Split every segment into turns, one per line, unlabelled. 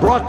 brought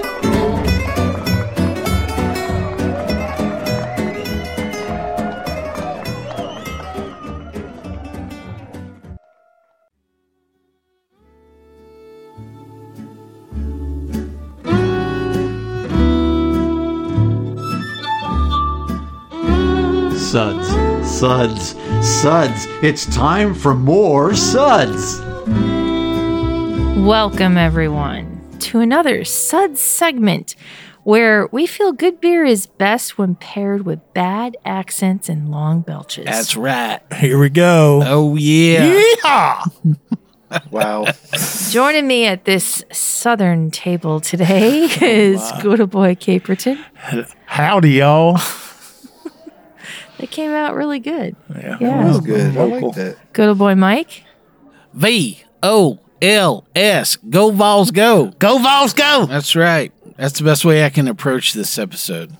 Suds, suds, suds. It's time for more suds.
Welcome, everyone, to another Suds segment where we feel good beer is best when paired with bad accents and long belches.
That's right.
Here we
Uh,
go.
Oh yeah.
Wow.
Joining me at this southern table today is good old boy Caperton.
Howdy, y'all.
That came out really good.
Yeah.
Yeah.
Good. I like that.
Good old boy Mike.
V O L S. Go Vols go.
Go Vols, go!
That's right. That's the best way I can approach this episode.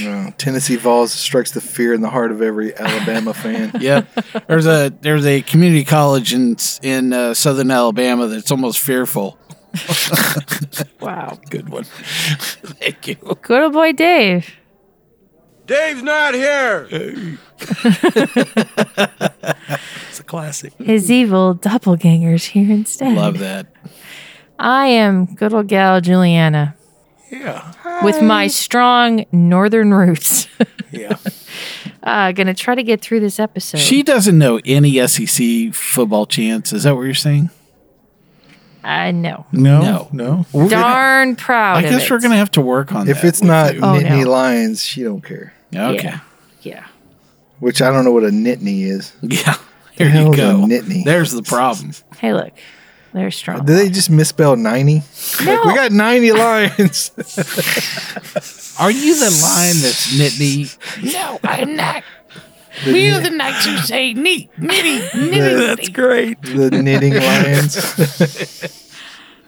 Yeah. Tennessee Vols strikes the fear in the heart of every Alabama fan.
Yeah. There's a there's a community college in in uh, Southern Alabama that's almost fearful.
Wow.
Good one. Thank you.
Good old boy Dave.
Dave's not here.
It's a classic.
His evil doppelganger's here instead.
Mm-hmm. Love that.
I am good old gal Juliana
Yeah.
with my strong northern roots.
Yeah.
uh, gonna try to get through this episode.
She doesn't know any SEC football chants. Is that what you're saying?
uh, no,
No. No.
We're gonna-
darn proud.
I
of
guess
it.
we're gonna have to work on
If
that
it's
with
not
you.
Oh,
Nittany
no.
Lions, she don't care.
okay.
Yeah. yeah.
Which I don't know what a Nittany is.
Yeah. There
hell
you
is a
go.
Nittany?
There's the problem.
Hey, look, they're strong.
Did they just misspell 90?
no,
We got 90 Lions.
Are you the line that's nitty? no, I'm not. We are the knights who say neat, nitty, nitty.
That's great.
the Knitting Lions.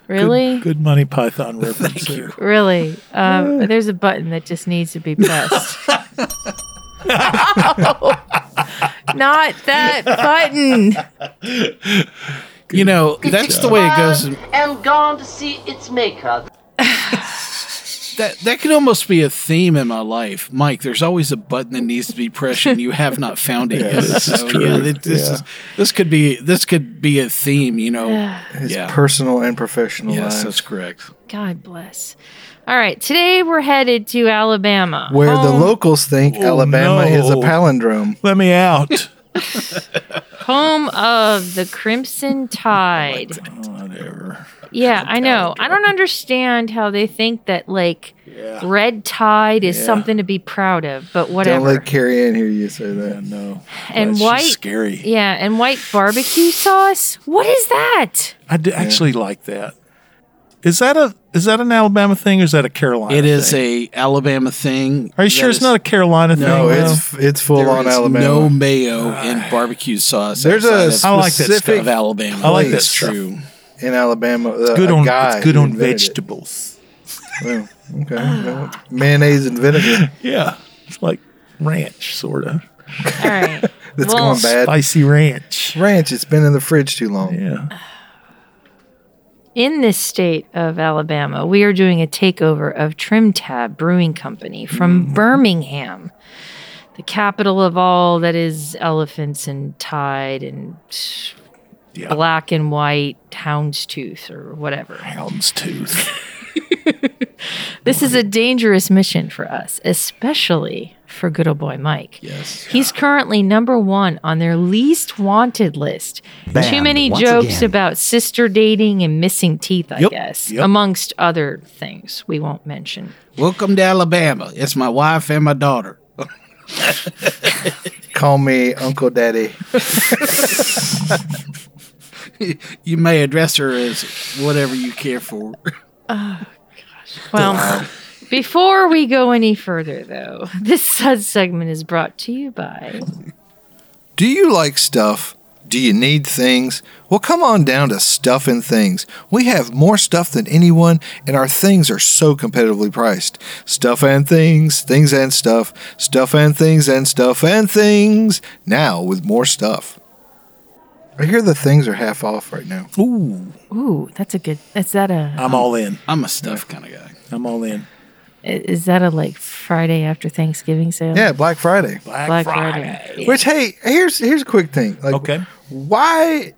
really,
Good Money Python reference. there.
really. Um, there's a button that just needs to be pressed. no, not that button.
You know, that's the way it goes.
and gone to see its maker.
That that could almost be a theme in my life, Mike. There's always a button that needs to be pressed, and you have not found it yet.
this is
So,
true.
Yeah, th- this
Yeah.
is this could be this could be a theme. You know.
His
Yeah.
personal and professional
Yes,
lives.
that's correct.
God bless. All right, today we're headed to Alabama.
Where the
home-
locals think
Oh,
Alabama is a
no.
palindrome.
Let me out.
home of the Crimson
Oh
Tide.
Whatever.
yeah, I know. I don't understand how they think that like red tide is something to be proud of, but whatever.
Don't let Carrie Ann hear you say that.
No.
and
That's just
white
Scary.
Yeah, and white barbecue sauce? What is that?
I do actually like that. Is that a is that an Alabama thing or is that a Carolina?
It is
thing?
a Alabama thing.
Are you sure it's not a Carolina thing?
No,
though?
it's it's full
There
on
is
Alabama.
No mayo in barbecue sauce.
There's
outside
a
of-
I like that
specific
stuff.
of Alabama.
I like that
It's
stuff.
true.
in Alabama. uh,
good
a
on
guy
it's good
who
on
invented it.
vegetables.
Well, okay. well, mayonnaise and vinegar.
Yeah. It's like ranch sort of.
All right.
That's
Well,
going bad.
Spicy ranch.
Ranch. It's been in the fridge too long.
Yeah.
In this state of Alabama, we are doing a takeover of Trim Tab Brewing Company from
Mm.
Birmingham, the capital of all that is elephants and tide and
Yeah.
black and white houndstooth or whatever.
Houndstooth.
This is a dangerous mission for us, especially for good old boy Mike. Yes. He's currently number one on their least wanted list. Too many jokes about sister dating and missing teeth, I
Yep,
guess,
yep.
amongst other things we won't mention.
Welcome to Alabama. It's my wife and my daughter.
Call me Uncle Daddy.
You may address her as whatever you care for.
Well, before we go any further, though, this Suds segment is brought to you by
Do you like stuff? Do you need things? Well, come on down to Stuff and Things. We have more stuff than anyone, and our things are so competitively priced. Stuff and Things, Things and Stuff, Stuff and Things and Stuff and Things. Now with more stuff. I hear the things are half off right now.
Ooh,
Ooh, that's a good. Is that a
I'm all in.
I'm a stuff kind of guy.
I'm all in.
is that a like Friday after Thanksgiving sale?
Yeah, Black Friday.
Black Friday. Yeah.
Which hey, here's here's a quick thing. Like,
Okay.
why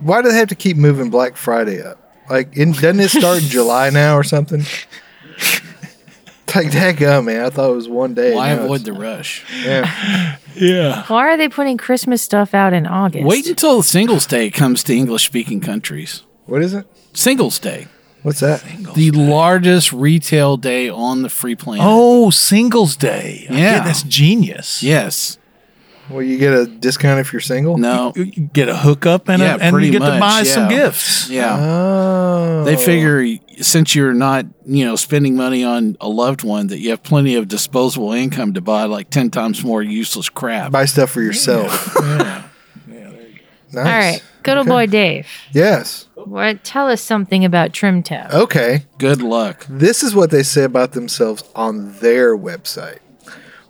why do they have to keep moving Black Friday up? Like, in, doesn't it start in July now or something? like that guy, man. I thought it was one day.
Why
Now it's-
avoid the rush?
Yeah.
Yeah.
Why are they putting Christmas stuff out in August?
Wait until Singles Day comes to English speaking countries.
What is it?
Singles Day,
What's that?
the largest retail day on the free planet.
Oh, Singles Day. I
Yeah.
get- that's genius.
yes.
Well, you get a discount if you're single.
No.
You get a hookup and
Yeah,
a, and
pretty
you get
much,
to buy some
yeah.
gifts.
Yeah.
Oh.
They figure since you're not, you know, spending money on a loved one, that you have plenty of disposable income to buy like ten times more useless crap.
buy stuff for yourself. Nice.
All right, good old boy Dave.
Yes.
What? Tell us something about Trim Tab.
Okay.
Good luck.
This is what they say about themselves on their website.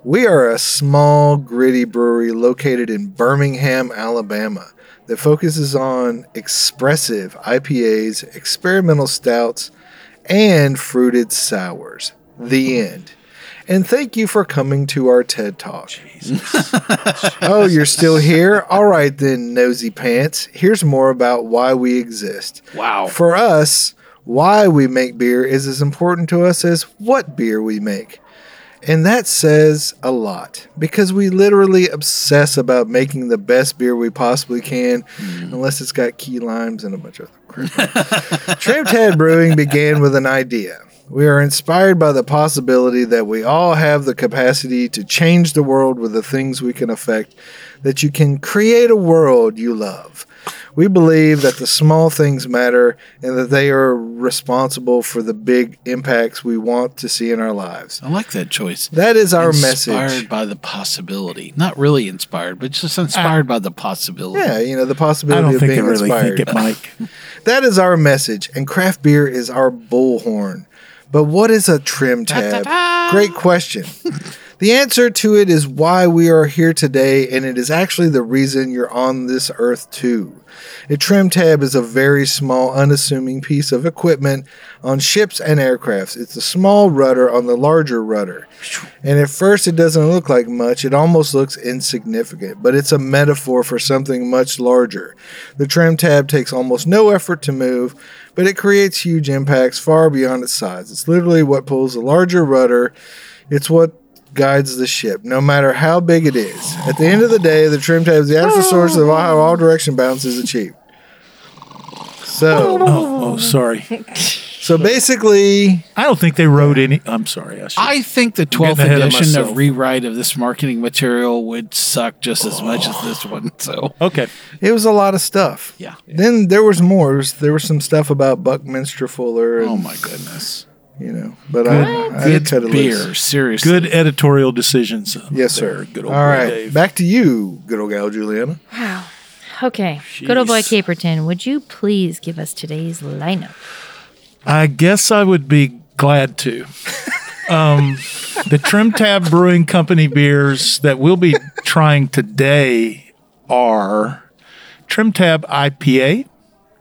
We are a small, gritty brewery located in Birmingham, Alabama, that focuses on expressive IPAs, experimental stouts, and fruited sours. The end. And thank you for coming to our TED Talk. oh, you're still here? All right, then, nosy pants. Here's more about why we exist.
Wow.
For us, why we make beer is as important to us as what beer we make. And that says a lot because we literally obsess about making the best beer we possibly can, unless it's got key limes and a bunch of other crap. Tramp Tad Brewing began with an idea. We are inspired by the possibility that we all have the capacity to change the world with the things we can affect, that you can create a world you love. We believe that the small things matter and that they are responsible for the big impacts we want to see in our lives.
I like that choice.
That is our
inspired
message.
by the possibility. Not really inspired, but just inspired by the possibility.
Ah. Yeah, you know, the
I
possibility
don't
of
think
being
I really
inspired.
think it, Mike.
That is our message, and craft beer is our bullhorn. But what is a trim tab? Great question. the answer to it is why we are here today, and it is actually the reason you're on this earth too. A trim tab is a very small, unassuming piece of equipment on ships and aircrafts. It's a small rudder on the larger rudder. And at first, it doesn't look like much. It almost looks insignificant, but it's a metaphor for something much larger. The trim tab takes almost no effort to move, but it creates huge impacts far beyond its size. It's literally what pulls the larger rudder. It's what guides the ship, no matter how big it is. At the end of the day, the trim tab is the actual source of how all direction balance is achieved. So,
Oh, sorry.
so basically,
I don't think they wrote any. I'm sorry. I should.
I think the 12th
getting ahead of
edition of,
myself.
rewrite of this marketing material would suck just as much as
Oh.
this one. So
okay.
it was a lot of stuff.
Yeah.
Then there was more. There was, there was some stuff about Buckminster Fuller, and,
Oh my goodness.
you know. But I, I
It's
cut it
beer,
loose.
seriously.
Good editorial decisions.
Yes, sir.
Good
All
old boy
right,
Dave.
back to you, good old gal Juliana.
Okay, good old boy Caperton. Would you please give us today's lineup?
I guess I would be glad to. Um, the Trim Tab Brewing Company beers that we'll be trying today are Trim Tab IPA,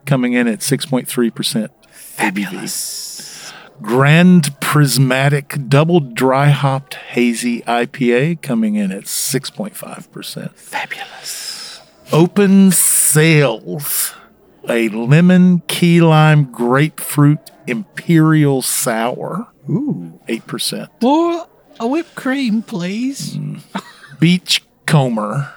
coming in at 6.3% ABV. Grand Prismatic Double Dry Hopped Hazy IPA, coming in at 6.5%. Fabulous. Open Sales a lemon key lime grapefruit imperial sour. Ooh. 8%.
Pour a whipped cream, please.
Mm. Beach comber,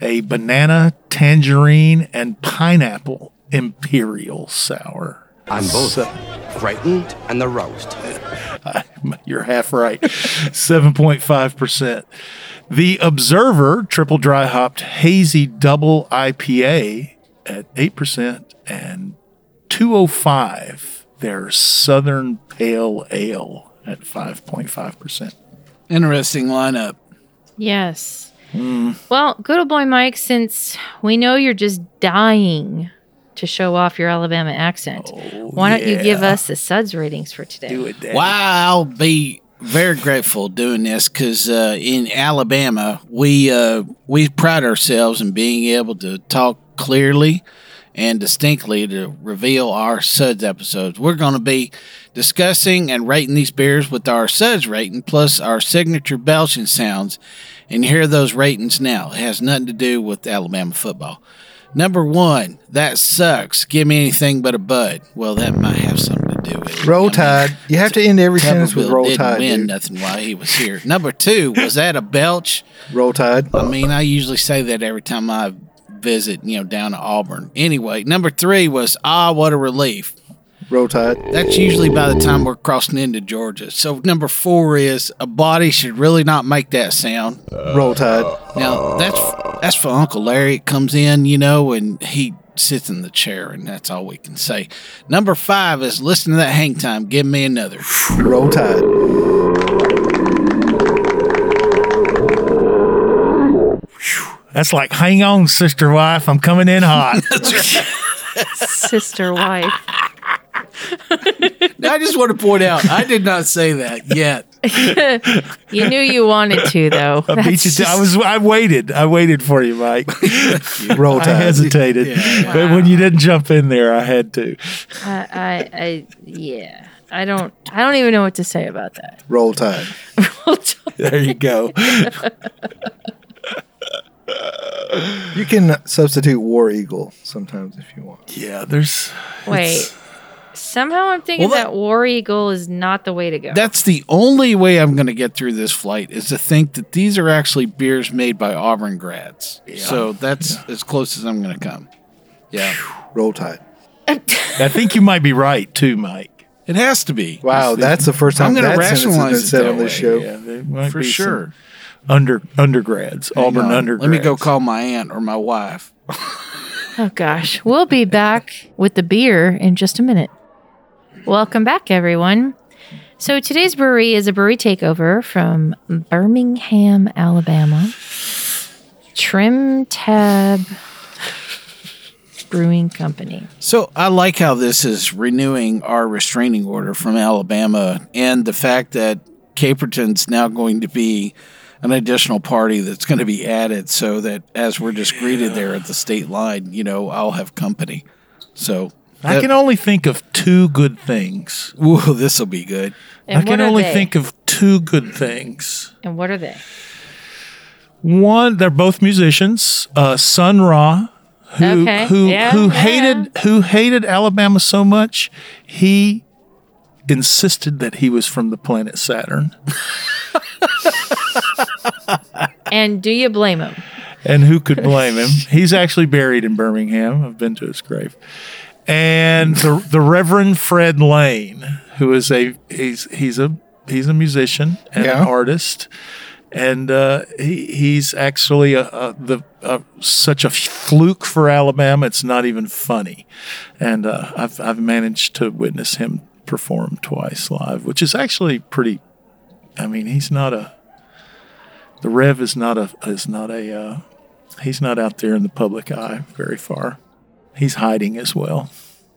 a banana, tangerine, and pineapple imperial sour.
I'm both frightened and aroused.
You're half right. 7.5%. The Observer triple dry hopped hazy double IPA at 8% and 205 their Southern Pale Ale at 5.5%.
Interesting lineup.
Yes. Well, good old boy Mike, since we know you're just dying to show off your Alabama accent, why don't you give us the suds ratings for today?
Wow, I'll be very grateful doing this because uh, in Alabama we uh, we pride ourselves in being able to talk clearly and distinctly to reveal our suds episodes. We're going to be discussing and rating these beers with our suds rating plus our signature belching sounds. And here are those ratings now. It has nothing to do with Alabama football. Number one, that sucks. Give me anything but a bud. Well, that might have something to do with it. I
Roll
mean,
Tide. You have to end every sentence with
Tupperville
Roll
didn't
Tide.
win
dude.
nothing while he was here. Number two, was that a belch?
Roll Tide.
I mean, I usually say that every time I visit, you know, down to Auburn. Anyway, number three was ah, what a relief.
Roll Tide.
That's usually by the time we're crossing into Georgia. So number four is a body should really not make that sound.
Roll Tide.
Now that's that's for Uncle Larry. It comes in, you know, and he sits in the chair, and that's all we can say. Number five is listen to that hang time. Give me another.
Roll Tide.
That's like, hang on, sister wife, I'm coming in hot.
Sister wife.
I just want to point out, I did not say that yet.
You knew you wanted to, though.
I beat you. To, I was. I waited. I waited for you, Mike.
Roll
I
Tide.
hesitated, but when you didn't jump in there, I had to.
I, I, I, yeah. I don't. I don't even know what to say about that.
Roll Tide.
There you go.
You can substitute War Eagle sometimes if you want.
Yeah, there's.
Wait. Somehow I'm thinking
Well,
that,
that-
War Eagle is not the way to go.
That's the only way I'm going to get through this flight is to think that these are actually beers made by Auburn grads. So that's as close as I'm going to come. Yeah.
Roll Tide.
I think you might be right too, Mike.
It has to be.
Wow, that's the first
I'm
time
gonna
that sentence has been
rationalize it
said
that
on this
way,
show.
Yeah, there might
For
be some
sure.
Under undergrads, Auburn
Hang on.
undergrads.
Let me go call my aunt or my wife.
Oh gosh. We'll be back with the beer in just a minute. Welcome back, everyone. So today's brewery is a brewery takeover from Birmingham, Alabama. Trim Tab Brewing Company.
So I like how this is renewing our restraining order from Alabama and the fact that Caperton's now going to be an additional party that's going to be added so that as we're just greeted there at the state line, you know, I'll have company. So
I can only think of two good things.
Whoa, this will be good.
And
I can
what are
only
they?
think of two good things.
And what are they?
One, they're both musicians. Uh, Sun Ra, who
Okay,
who
yeah,
who
yeah.
hated who hated Alabama so much, he insisted that he was from the planet Saturn.
And do you blame them?
And who could blame him? He's actually buried in Birmingham. I've been to his grave. And the the Reverend Fred Lane, who is a he's he's a he's a musician and
Yeah.
an artist, and uh, he he's actually a, a the a, such a fluke for Alabama. It's not even funny, and uh, I've I've managed to witness him perform twice live, which is actually pretty. I mean, he's not a the Rev is not a is not a uh, he's not out there in the public eye very far. He's hiding as well.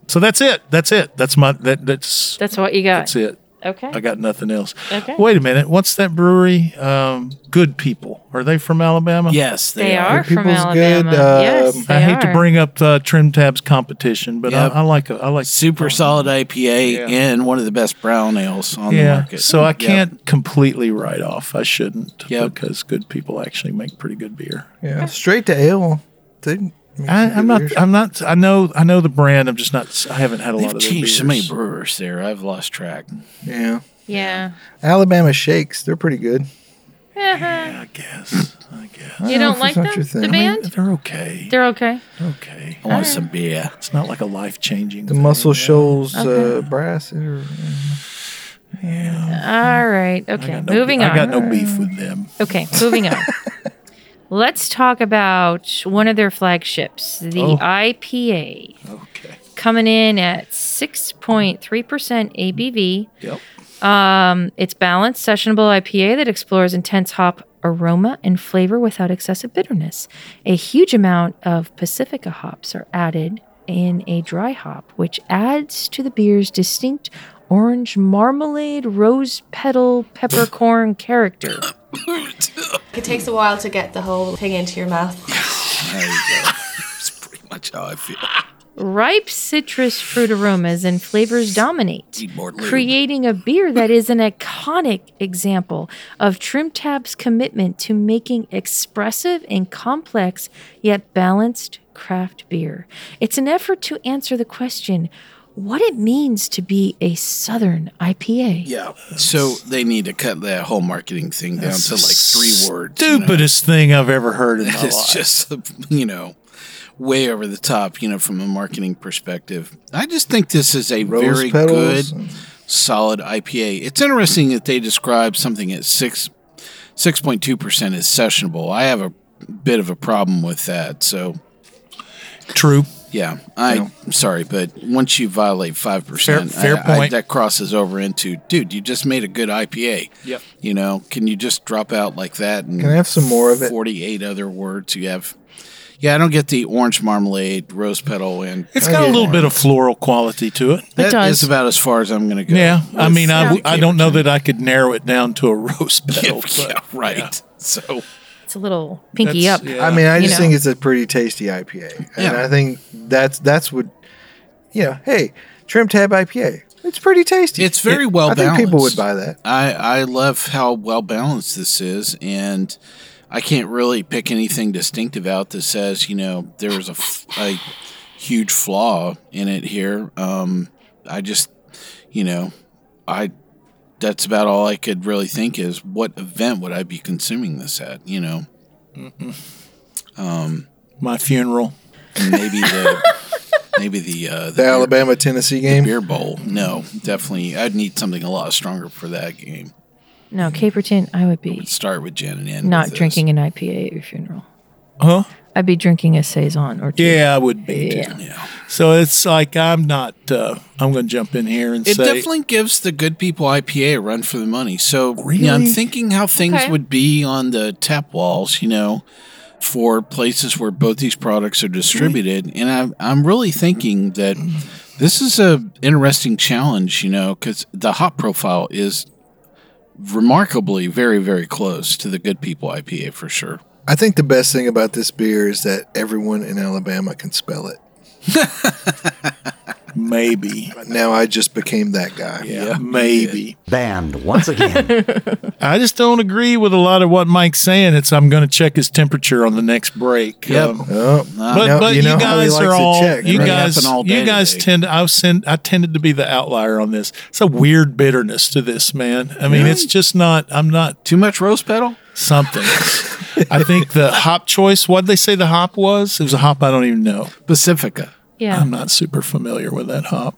So that's it. That's it. That's my that that's
That's what you got.
that's it.
Okay.
I got nothing else.
Okay.
Wait a minute. What's that brewery? Um, Good People. Are they from Alabama?
Yes, they,
They
are.
are from
People's
Alabama.
good, um,
yes,
uh, I
they
hate to
are.
bring up uh, Trim Tab's competition, but
Yep.
I, I like a, I like
Super solid IPA
Yeah.
and one of the best brown ales on the
Yeah.
market.
So I
Yep.
can't completely write off. I shouldn't
Yep.
because good people actually make pretty good beer.
Yeah, straight to ale. Dude,
I, I'm not. I'm not. I know. I know the brand. I'm just not. I haven't had a lot
They've
of.
changed
their
so many
beers.
brewers there. I've lost track.
yeah,
Yeah.
Alabama shakes. They're pretty good.
Uh-huh.
I guess. I guess.
You
know
don't
if
like
it's
them?
not your thing.
The
I mean,
band?
They're okay.
They're okay.
They're okay.
I want some beer.
It's not like a life changing.
The Muscle Shoals uh, brass. or-
All right. Okay. Moving on.
I got no beef with them.
Okay, moving on. Let's talk about one of their flagships, the
Oh.
IPA,
Okay.
coming in at 6.3% ABV.
Yep.
Um, it's balanced, sessionable IPA that explores intense hop aroma and flavor without excessive bitterness. A huge amount of Pacifica hops are added in a dry hop, which adds to the beer's distinct orange marmalade, rose petal, peppercorn character.
It takes a while to get the whole thing into your mouth.
That's pretty much how I feel.
Ripe citrus fruit aromas and flavors dominate,
Need more lube.
creating a beer that is an iconic example of Trim Tab's commitment to making expressive and complex yet balanced craft beer. It's an effort to answer the question what it means to be a Southern IPA.
Yeah. So they need to cut that whole marketing thing down to like three words. you know?
Stupidest thing I've ever heard in my life.
It's just you know way over the top, you know, from a marketing perspective. I just think this is a
Rose
very
petals.
good, solid IPA. It's interesting that they describe something at six six point two percent as sessionable. I have a bit of a problem with that. So
True.
yeah, I am sorry, but once you violate five percent,
Fair- fair point.
that crosses over into dude. You just made a good IPA.
Yep.
You know, can you just drop out like that? And
Can I have some more of it?
Forty-eight other words you have. Yeah, I don't get the orange marmalade, rose petal, and
It's got a little bit of floral quality to it.
That is
does.
about as far as I'm going to go.
Yeah, I mean, I,
Yeah.
I don't know that I could narrow it down to a rose petal.
Yeah, yeah, right. So
It's a little pinky up.
That's- yeah.
I mean, I
You
just
know.
think it's a pretty tasty IPA, and
Yeah.
I think that's that's what you know. Hey, Trim Tab IPA, it's pretty tasty.
It's very well
I think people would
balanced.
buy that.
I I love how well balanced this is, and I can't really pick anything distinctive out that says you know there was a, f- a huge flaw in it here. Um, I just you know I that's about all I could really think is what event would I be consuming this at? You know,
My funeral.
maybe the maybe the uh,
The Alabama Tennessee game.
beer bowl. No, definitely. I'd need something a lot stronger for that game.
No, Caperton, I would be
Start with gin and end.
not
with this.
drinking an IPA at your funeral.
Huh?
I'd be drinking a Saison or two.
Yeah, I would be. too. So it's like I'm not. Uh, I'm going to jump in here and
It
say
definitely gives the good people IPA a run for the money. So you know, I'm
Really?
thinking how things
Okay.
would be on the tap walls, you know, for places where both these products are distributed. And I'm, I'm really thinking that this is a interesting challenge, you know, because the hop profile is remarkably very, very close to the good people IPA for sure.
I think the best thing about this beer is that everyone in Alabama can spell it.
maybe.
Now I just became that guy.
Yeah, maybe.
Banned once again.
I just don't agree with a lot of what Mike's saying. It's I'm going to check his temperature on the next break.
Yep.
Um,
Oh,
but,
now-
but you,
you know how he
guys
likes
are
to
all
check,
you
right?
guys
Happen all day
you guys
today.
tend I've send I tended to be the outlier on this. It's a weird bitterness to this man. I mean, it's just not I'm not
Too much rose petal?
something. I think the hop choice. What would they say the hop was? It was a hop I don't even know.
Pacifica.
Yeah.
I'm not super familiar with that hop.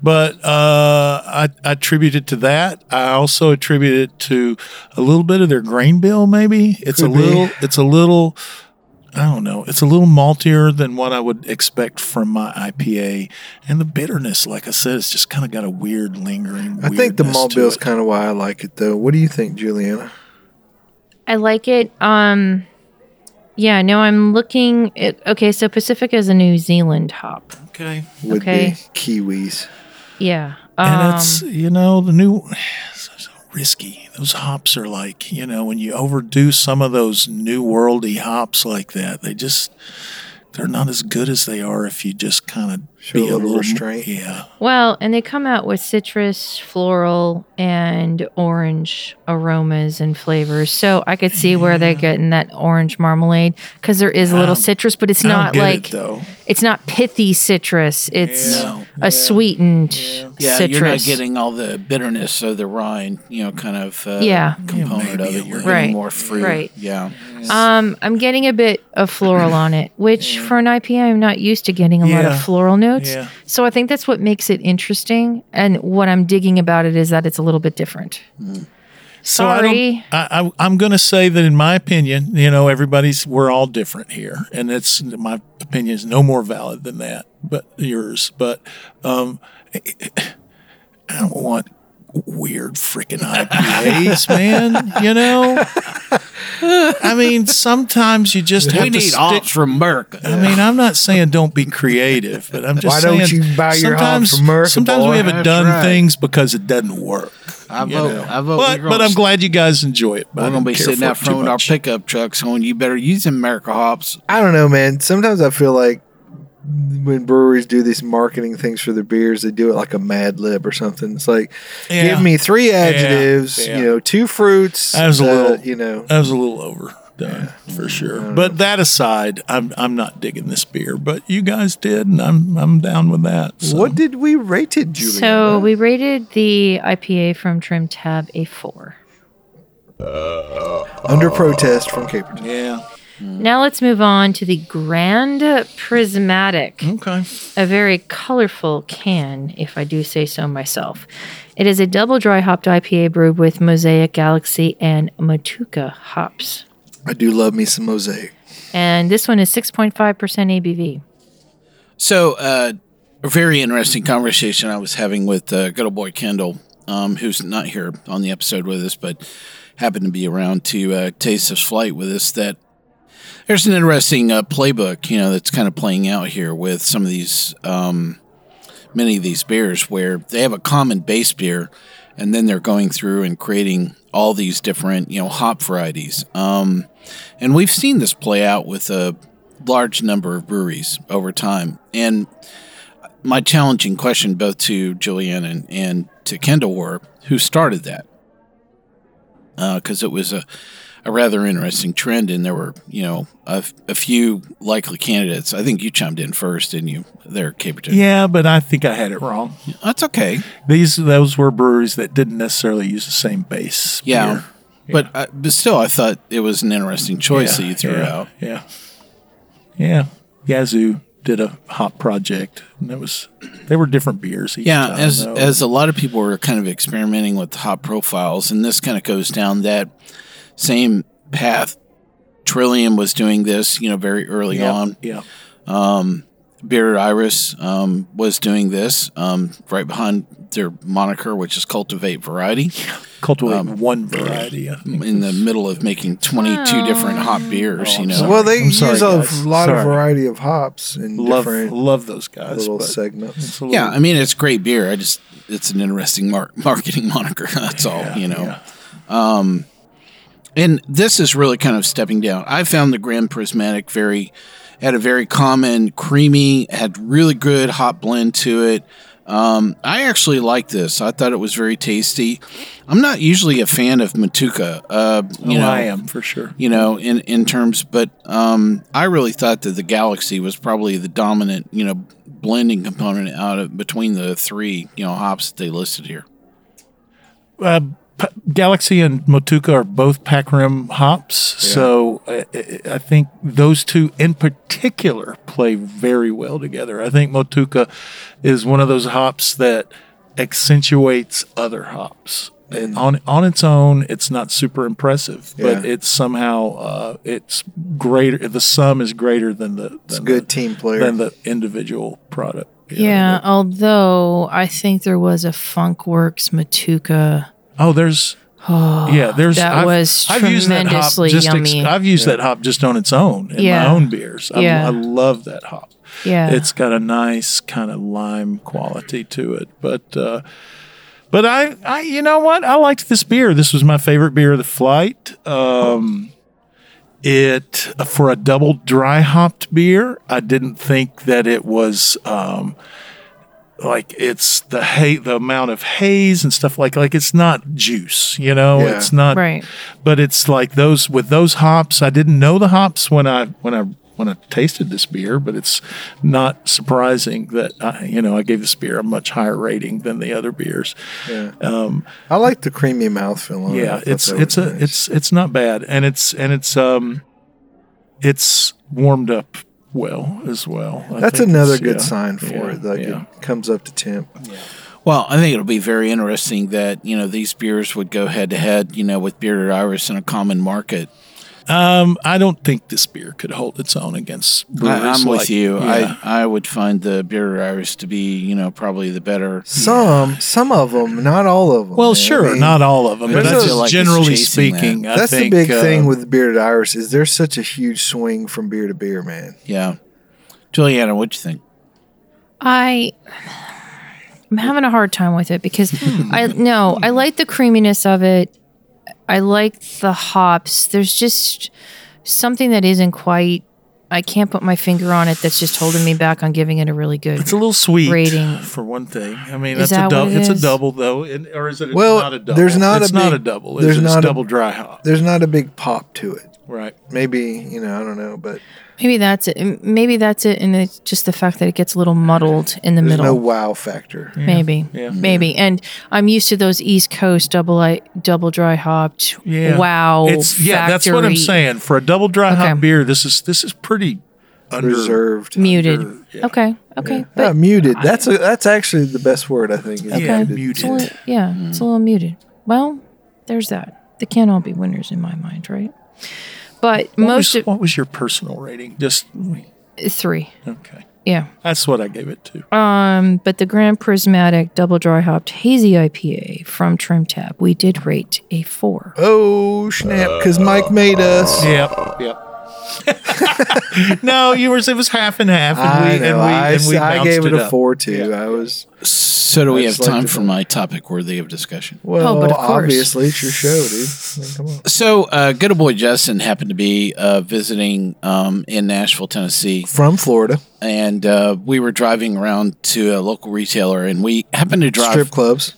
But uh, I, I attribute it to that. I also attribute it to a little bit of their grain bill. Maybe it's a
Could be.
little. It's a little. I don't know. It's a little maltier than what I would expect from my IPA, and the bitterness, like I said, it's just kind of got a weird lingering.
I think the
weirdness
malt
to
bill's
it.
kind of why I like it, though. What do you think, Juliana?
I like it. Um yeah, no, I'm looking at okay, so Pacifica is a New Zealand hop.
okay,
Would
Okay.
be Kiwis.
Yeah.
and
Um
it's you know the new it's so risky those hops are like you know when you overdo some of those new worldy hops like that they just they're not as good as they are if you just kind of
Show a little restraint.
yeah
well, and they come out with citrus, floral, and orange aromas and flavors. So I could see where they're getting that orange marmalade because there is a little citrus, but it's
I don't
not
get it,
like
though
it's not pithy citrus. It's
No.
a sweetened
Yeah,
citrus.
you're not getting all the bitterness of the rind, you know, kind of uh,
Yeah.
component of it. You're getting
Right.
more fruit.
Right.
Yeah.
Um, I'm getting a bit of floral on it, which for an IPA, I'm not used to getting a lot
Yeah.
of floral notes.
Yeah.
So I think that's what makes it interesting. And what I'm digging about it is that it's a little bit different.
So I
Sorry.
don't, I, I, I'm going to say that in my opinion, you know, everybody's we're all different here, and it's my opinion is no more valid than that, but yours. But um, I don't want weird freaking IPAs, man. You know, I mean, sometimes you just have
we
to
need
stick.
ops from Merck.
I mean, I'm not saying don't be creative, but I'm just
Why don't
saying
you buy your hops
sometimes,
from Merck,
sometimes
boy?
we haven't
That's
done
right.
things because it doesn't work.
I
you
vote.
know.
I vote.
But,
we're
but
gonna
I'm glad you guys enjoy it.
We're gonna be sitting out front
from
with our pickup trucks on. You better use them America hops.
I don't know, man. Sometimes I feel like when breweries do these marketing things for their beers, they do it like a Mad Lib or something. It's like,
Yeah.
give me three adjectives,
yeah.
you know, two fruits.
That was a
uh,
little-
you know.
That was a little overdone for sure. But that aside, I'm I'm not digging this beer, but you guys did, and I'm I'm down with that. so.
What did we rate it, Julia?
So we rated the IPA from Trim Tab a four.
Under protest from Caperton.
Yeah.
Now let's move on to the Grand Prismatic.
Okay.
a very colorful can, if I do say so myself. It is a double dry hopped IPA brewed with Mosaic Galaxy and Matuka hops.
I do love me some mosaic.
And this one is 6.5% ABV.
So, uh, a very interesting conversation I was having with uh, good old boy Kendall, um, who's not here on the episode with us, but happened to be around to uh, taste this flight with us. That there's an interesting uh, playbook, you know, that's kind of playing out here with some of these, um, many of these beers where they have a common base beer, and then they're going through and creating all these different, you know, hop varieties. Um, and we've seen this play out with a large number of breweries over time. And my challenging question, both to Julianne and, and to Kendall, were who started that? Because it was a, a rather interesting trend, and there were, you know, a, f- a few likely candidates. I think you chimed in first, didn't you? There, Caperton.
Yeah, but I think I had it wrong.
That's okay.
These those were breweries that didn't necessarily use the same base.
Yeah.
beer.
But, I, but still, I thought it was an interesting choice that you threw
yeah,
out.
Yeah. Yeah. Yazoo did a hop project and that was they were different beers each
Yeah,
time,
as
though.
as a lot of people were kind of experimenting with hop profiles, and this kind of goes down that same path. Trillium was doing this, you know, very early
yeah,
on.
Yeah.
Bearded Iris um, was doing this um, right behind their moniker, which is Cultivate Variety,
Cultivate one variety. I think.
in the middle of making 22 different hop beers, you know.
Well, they
Oh, I'm sorry,
use
guys.
a lot
Sorry.
of variety of hops and
Love
different
love those guys.
little
but
segments.
it's a
Yeah,
little-
I mean, it's great beer. I just, it's an interesting mar- marketing moniker. That's all, you know. Um,
yeah.
And this is really kind of stepping down. I found the Grand Prismatic very had a very common creamy, had really good hop blend to it. Um, I actually like this. I thought it was very tasty. I'm not usually a fan of Matuka. Uh, you
Oh,
know,
I am for sure.
You know, in in terms, but um, I really thought that the Galaxy was probably the dominant, you know, blending component out of between the three, you know, hops that they listed here.
uh, P- Galaxy and Motuka are both Pac Rim hops, so I, I I think those two in particular play very well together. I think Motuka is one of those hops that accentuates other hops. And on on its own, it's not super impressive, but
Yeah.
it's somehow uh, it's greater. The sum is greater than the
It's a
than
good
the-
team player.
than the individual product.
Yeah, although I think there was a Funkworks Matuka.
Oh, there's. yeah, there's.
Oh, that was tremendously
just
yummy.
I've used that hop just on its own in
Yeah.
my own beers. I,
Yeah.
I love that hop.
Yeah.
It's got a nice kind of lime quality to it, but uh, but I, I you know what I liked this beer. This was my favorite beer of the flight. Um, it uh, for a double dry hopped beer. I didn't think that it was. Um, like it's the hay the amount of haze and stuff like like it's not juice you know
Yeah.
it's not
Right.
but it's like those with those hops i didn't know the hops when i when i when i tasted this beer but it's not surprising that i you know i gave this beer a much higher rating than the other beers Um,
I like the creamy mouthfeel on it. I
yeah
thought
it's
that was
it's a
nice.
it's it's not bad and it's and it's um it's warmed up well as well I
That's
think
another
it's-
good
yeah,
sign for
yeah,
it. Like
yeah.
it comes up to temp.
Well, I think it'll be very interesting that you know these beers would go head to head, you know, with Bearded Iris in a common market,
Um, I don't think this beer could hold its own against brewers.
I, am
like-
with you.
yeah.
I, I would find the beer Irish to be, you know, probably the better.
Some, some of them, not all of them.
well,
man. I
sure,
mean,
not all of them, but
there's
that's
a-
just
like it's
generally
chasing that.
speaking. I
That's
think,
the big
uh,
thing with bearded Irish is there's such a huge swing from beer to beer, man.
Yeah. Juliana, what you think?
I I'm having a hard time with it because
Hmm.
I no, I like the creaminess of it. I like the hops. There's just something that isn't quite I can't put my finger on it that's just holding me back on giving it a really good.
It's a little sweet
Rating.
for one thing. I mean,
Is
that's a
that
double.
what it
It's a
is?
double though, and, or is it
Well,
not a double?
there's not
it's
a
not
big-
a double.
there's
There's it's
not a-
double dry hop,
There's not a big pop to it.
right?
Maybe you know, I don't know, but
Maybe that's it. M- Maybe that's it and it's just the fact that it gets a little muddled in the
there's
middle.
no wow factor.
Maybe.
Yeah.
Maybe. And I'm used to those East Coast double I, double dry hopped.
Yeah.
Wow.
It's yeah. That's what I'm
factory
saying. For a double dry
Okay.
hop beer, this is this is pretty under.
Reserved,
Muted.
Under- yeah.
Okay. Okay. But
Not muted. That's a, that's actually the best word I think. Is
Yeah,
muted.
It's a
muted. Mm.
little, yeah, it's a little muted. Well, there's that. They can't all be winners in my mind, right? But
What
most
was,
of
what was your personal rating? Just
three,
okay.
yeah.
That's what I gave it to.
Um, but the Grand Prismatic Double Dry Hopped Hazy IPA from Trim Tab, we did rate a four.
Oh snap! Because Mike made
Uh,
us.
Yep. Yep. no, you were. It was half and half, and
I,
we and
know.
we,
I,
and we
I
bounced
gave it, a
up.
four too. I was
Oh,
So, do we have
That's like
time
the-
for my topic worthy of discussion?
well.
but of course.
obviously, it's your show, dude. I mean, come on.
So, uh, good old boy Justin happened to be uh, visiting um, in Nashville, Tennessee,
From Florida,
and uh, we were driving around to a local retailer, and we happened to drive.
strip clubs.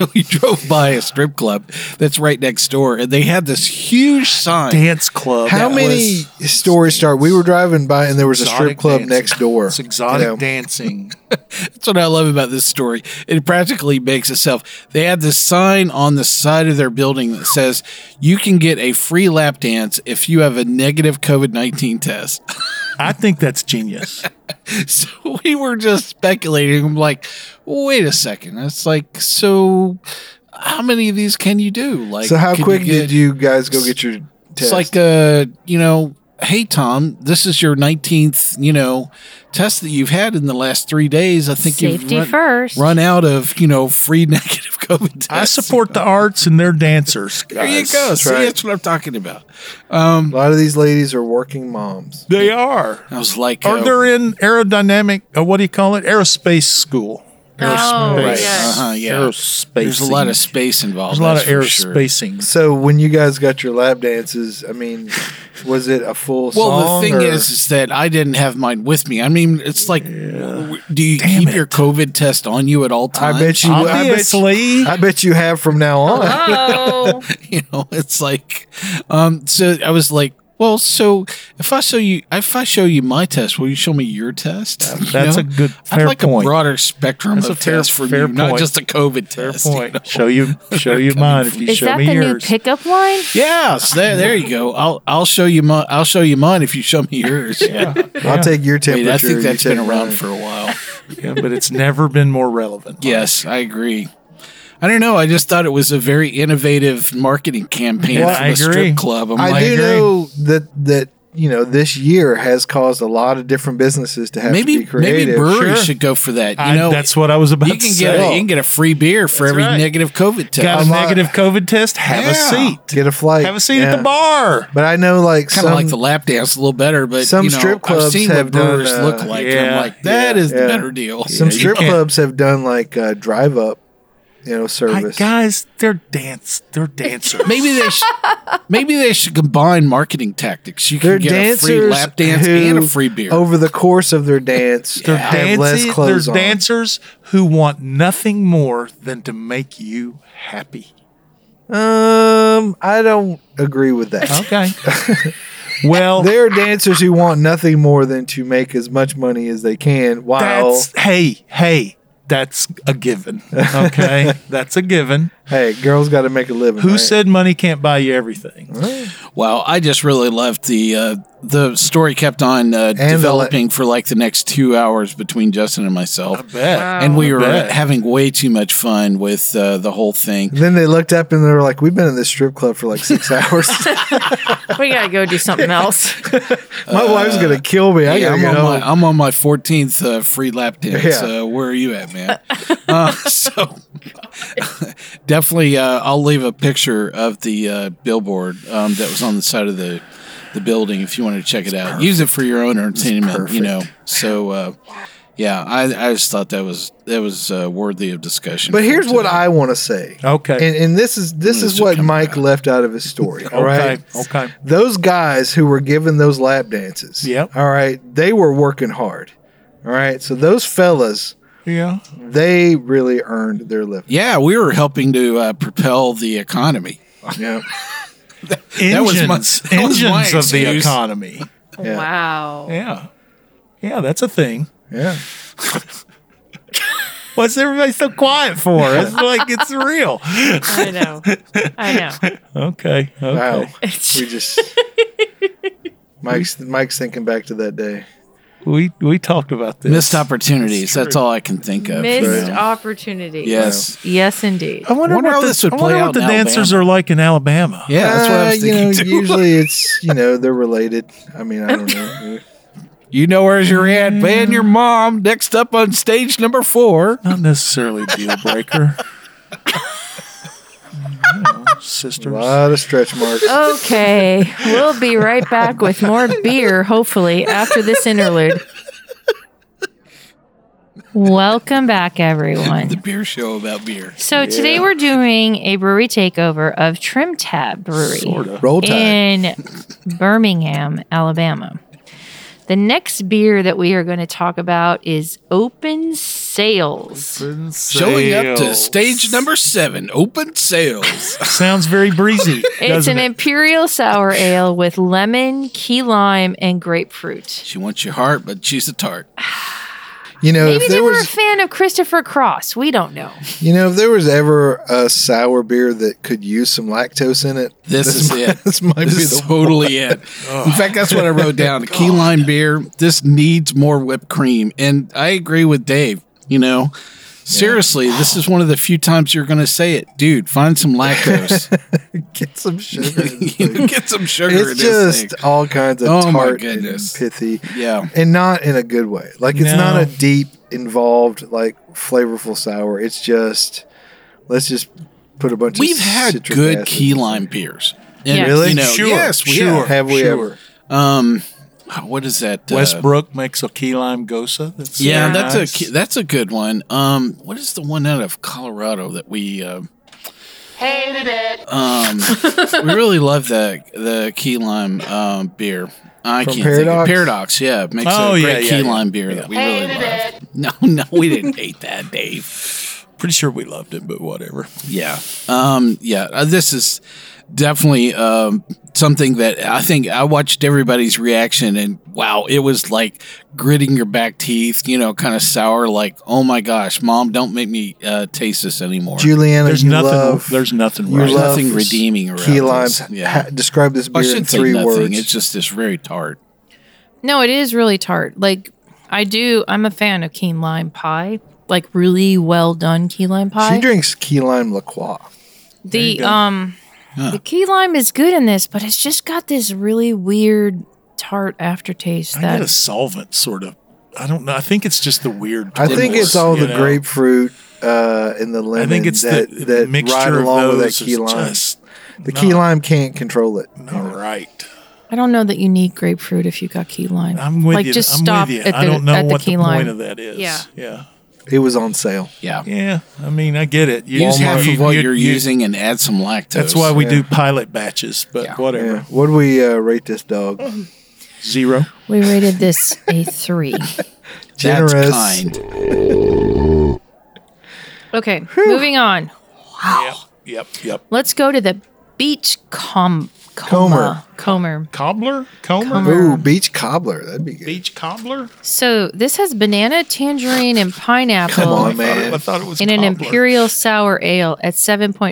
we drove by a strip club that's right next door, and they had this huge sign.
dance club.
How
that
many stories start? We were driving by, and there was a strip
Exotic
club
dancing.
next door.
It's exotic
You know,
dancing.
That's what I love about this story. It practically makes itself. They had this sign on the side of their building that says, "You can get a free lap dance if you have a negative COVID nineteen test."
I think that's genius.
so we were just speculating. I'm like, wait a second. That's like, so how many of these can you do? Like,
So how
could
quick
get-
did you guys go get your
It's
test?
like, uh, you know, hey Tom, this is your 19th, you know, test that you've had in the last three days. I think
Safety
you've run,
first.
run out of, you know, free negative COVID tests.
I support the arts and their dancers.
There you
guys.
go. See,
right.
that's what I'm talking about.
a lot of these ladies are working moms.
They are.
I was like,
Or
uh,
they're in aerodynamic, uh, what do you call it? Aerospace school.
Oh, yes.
uh-huh, yeah.
Aerospaacing.
There's a lot of space involved.
There's a lot of
that's for sure.
aerospacing.
So when you guys got your lap dances, I mean, was it a full
Well,
song?
the thing
or-
is, is that I didn't have mine with me. I mean, it's like, do you keep your COVID test on you at all
I
times?
bet you. I bet you,
Obviously.
I bet you have from now on.
Oh,
you know it's like um so i was like well so if i show you if i show you my test will you show me your test You
that's
know?
a good-
i'd
fair
like
point.
a broader spectrum
That's
of
a fair-
tests for
fair
you not
point.
just a covid test you know?
Show you show you mine if you
is
show
that
me
the new
yours.
pickup line?
yeah so there, there you go i'll i'll show you my i'll show you mine if you show me yours yeah
I'll take your
I, mean,
temperature.
I think
you
that's
take
been around
mine.
for a while
yeah, but it's never been more relevant.
yes i agree I don't know. I just thought it was a very innovative marketing campaign
Well,
from
I
a
agree.
strip club. I'm
I,
like,
do know that that you know this year has caused a lot of different businesses to have to
maybe
be creative.
maybe breweries
Sure.
should go for that. You
I-
know,
that's what I was about
you
to
can
say.
get a, you can get a free beer for every
right.
negative COVID test.
Got a
I'm not-
negative COVID test? Have a
Yeah.
seat.
Get a flight.
Have a seat
yeah.
at the bar.
But I know like
kind
some
of like the lap dance a little better, but
some
you know,
strip
I've
clubs
seen
have
what brewers
done, uh,
look like. and I'm
yeah,
like, that
yeah,
is
yeah.
the better deal.
some
Yeah, you
strip
can't-
clubs have done like uh, drive up, you know,
I,
service.
guys, they're dance. They're dancers.
Maybe they should, maybe they should combine marketing tactics. You can
They're
get
dancers
a free lap dance
who,
and a free beer.
over the course of their dance.
They're
have less
dancing,
clothes
they're
on.
dancers who want nothing more than to make you happy.
Um, I don't agree with that.
Okay. well,
There are dancers who want nothing more than to make as much money as they can while
that's hey, hey, that's a given. Okay, that's a given.
Hey, girls got to make a living.
Who
right?
said money can't buy you everything?
Well, I just really loved the uh, the story kept on uh,
the-
developing for like the next two hours between Justin and myself,
Bet.
and we were
bet.
having way too much fun with uh, the whole thing.
Then they looked up and they were like, "We've been in this strip club for like six hours.
We gotta go do something else.
My wife's gonna kill me. I
Hey,
gotta
I'm, on
get home."
my, I'm on my 14th uh, free lap dance.
Yeah.
Uh, where are you at, man? uh, so definitely, uh, I'll leave a picture of the uh, billboard um, that was on the side of the, the building if you want to check it out. Use it for your own entertainment, you know. So, uh, yeah, I, I just thought that was that was uh, worthy of discussion.
But
for
here's what
today.
I want to say.
Okay.
And, and this is this is
should
what
Hmm, come
Mike
back.
left out of his story. All right.
Okay. Okay.
Those guys who were given those lap dances.
Yep.
All right. They were working hard. All right. So those fellas,
Yeah.
they really earned their living.
Yeah, we were helping to uh, propel the economy.
Yeah.
That was my-
Engines,
that was my
engines of the
excuse.
economy.
Yeah.
Wow.
Yeah. Yeah, that's a thing.
Yeah.
What's everybody so quiet for? It's like it's real.
I know. I know.
Okay. Okay.
Wow. we just Mike's Mike's thinking back to that day.
We we talked about this.
Missed opportunities. That's all I can think of.
Missed opportunity.
Yes.
Yes, indeed.
I wonder,
Wonder
what
how
the,
this would
I wonder
play
what
out
the
in
dancers
Alabama.
are like in Alabama.
Yeah, that's what I was
Uh, you
thinking
know,
too.
usually it's you know they're related. I mean, I don't know.
You know where's your aunt and
Mm.
your mom next up on stage number four.
Not necessarily deal breaker. You know,
A
sisters.
lot of stretch marks.
Uh, Okay. We'll be right back with more beer, hopefully, after this interlude. Welcome back,
The
everyone.
beer show about beer.
So today we're doing a brewery takeover of Trim Tab Brewery.
Roll Tide.
in Birmingham, Alabama. The next beer that we are going to talk about is Open Sales.
Showing up to stage number seven, open sales.
Sounds very breezy.
It's
doesn't
an
it?
imperial sour ale with lemon, key lime, and grapefruit.
she wants your heart, but she's a tart.
You know,
Maybe
if
they
there
were a
was
fan of Christopher Cross. We don't know.
You know, if there was ever a sour beer that could use some lactose in it,
This is
might,
it.
This might
This
be
is
the Oh,
totally it. In fact, that's what I wrote down. Key lime beer. This needs more whipped cream. And I agree with Dave, you know. Seriously, this is one of the few times you're going to say it. Dude, find some lactose.
get some sugar. in this thing.
Get some sugar in
it's
this
just
thing.
all kinds of
Oh, my
tart and
goodness.
pithy,
Yeah.
and not in a good way. Like it's not
No.
a deep, involved, like flavorful sour. It's just let's just put a bunch.
We've
of
had
citric
good
acid.
key lime beers. And,
Yeah.
Really?
You know,
Sure,
Yes, we
sure.
have.
Have we ever?
Um, what is that? uh,
Westbrook makes a key lime gosa. That's
yeah,
very
that's
nice.
a ki- that's a good one. Um, what is the one out of Colorado that we uh,
Hated it.
um we really love the the key lime um beer. I
From
can't think of-
Paradox?
Paradox, yeah, makes
Oh,
a
yeah,
great
yeah,
key
yeah.
lime beer that we really
Hated
love.
it.
No, no, we didn't hate that, Dave.
Pretty sure we loved it, but whatever.
Yeah. Um, yeah. Uh, this is definitely um, something that I think I watched everybody's reaction, and wow, it was like gritting your back teeth, you know, kind of sour, like, oh my gosh, mom, don't make me uh, taste this anymore.
Juliana,
There's
you
nothing.
love.
there's nothing
you
right.
love
nothing redeeming around
key
this.
limes.
Yeah.
Ha- describe this
I
beer in
should
three
say nothing.
words.
It's just it's very tart.
No, it is really tart. Like, I do, I'm a fan of key lime pie, like, really well done key lime pie.
she drinks key lime La Croix.
The um the key lime is good in this, but it's just got this really weird tart aftertaste
I get a
that
solvent sort of. I don't know. I think it's just the weird.
I think
twist,
it's all
you
the
know?
grapefruit uh, and the lemon
I think it's
that,
the
that
mixture
ride
of
along with that
those
key
is
lime.
Just
the key lime can't control it.
not right.
I don't know that you need grapefruit if you got key lime.
I'm with
like
you.
just
I'm
stop
with you.
at the
I don't know
at the
what
key
the
lime.
point of that is.
Yeah.
Yeah.
It was on sale.
Yeah.
Yeah. I mean, I get it. You,
Use
you-
half of
you-
what
you-
you're
you-
using and add some lactose.
That's why we
Yeah.
do pilot batches, but
Yeah.
whatever.
Yeah. What do we uh, rate this dog?
Zero.
We rated this a three.
that's
generous.
kind.
Okay, moving on.
Yep. Yep. Yep.
Let's go to the beach com Coma. Comer.
Cobbler? Comer?
Comer.
Ooh, beach cobbler. That'd be good.
Beach cobbler?
So this has banana, tangerine, and pineapple
Come on,
I
man.
thought it was
in an
cobbler.
imperial sour ale at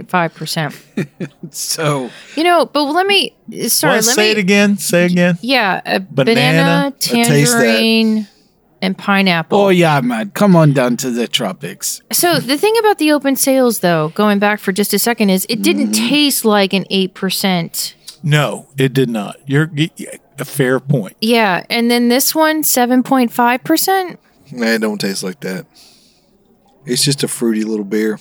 7.5%.
So
you know, but let me, sorry,
What?
let
say
me.
it again. Say it again.
Yeah, a
Banana.
banana,
taste that.
tangerine, and pineapple.
Oh yeah, man. Come on down to the tropics.
So the thing about the open sales, though, going back for just a second, is it didn't taste like an eight percent.
No, it did not. You're y- y- a fair point.
Yeah, and then this one seven point five percent.
Nah, it don't taste like that. It's just a fruity little beer.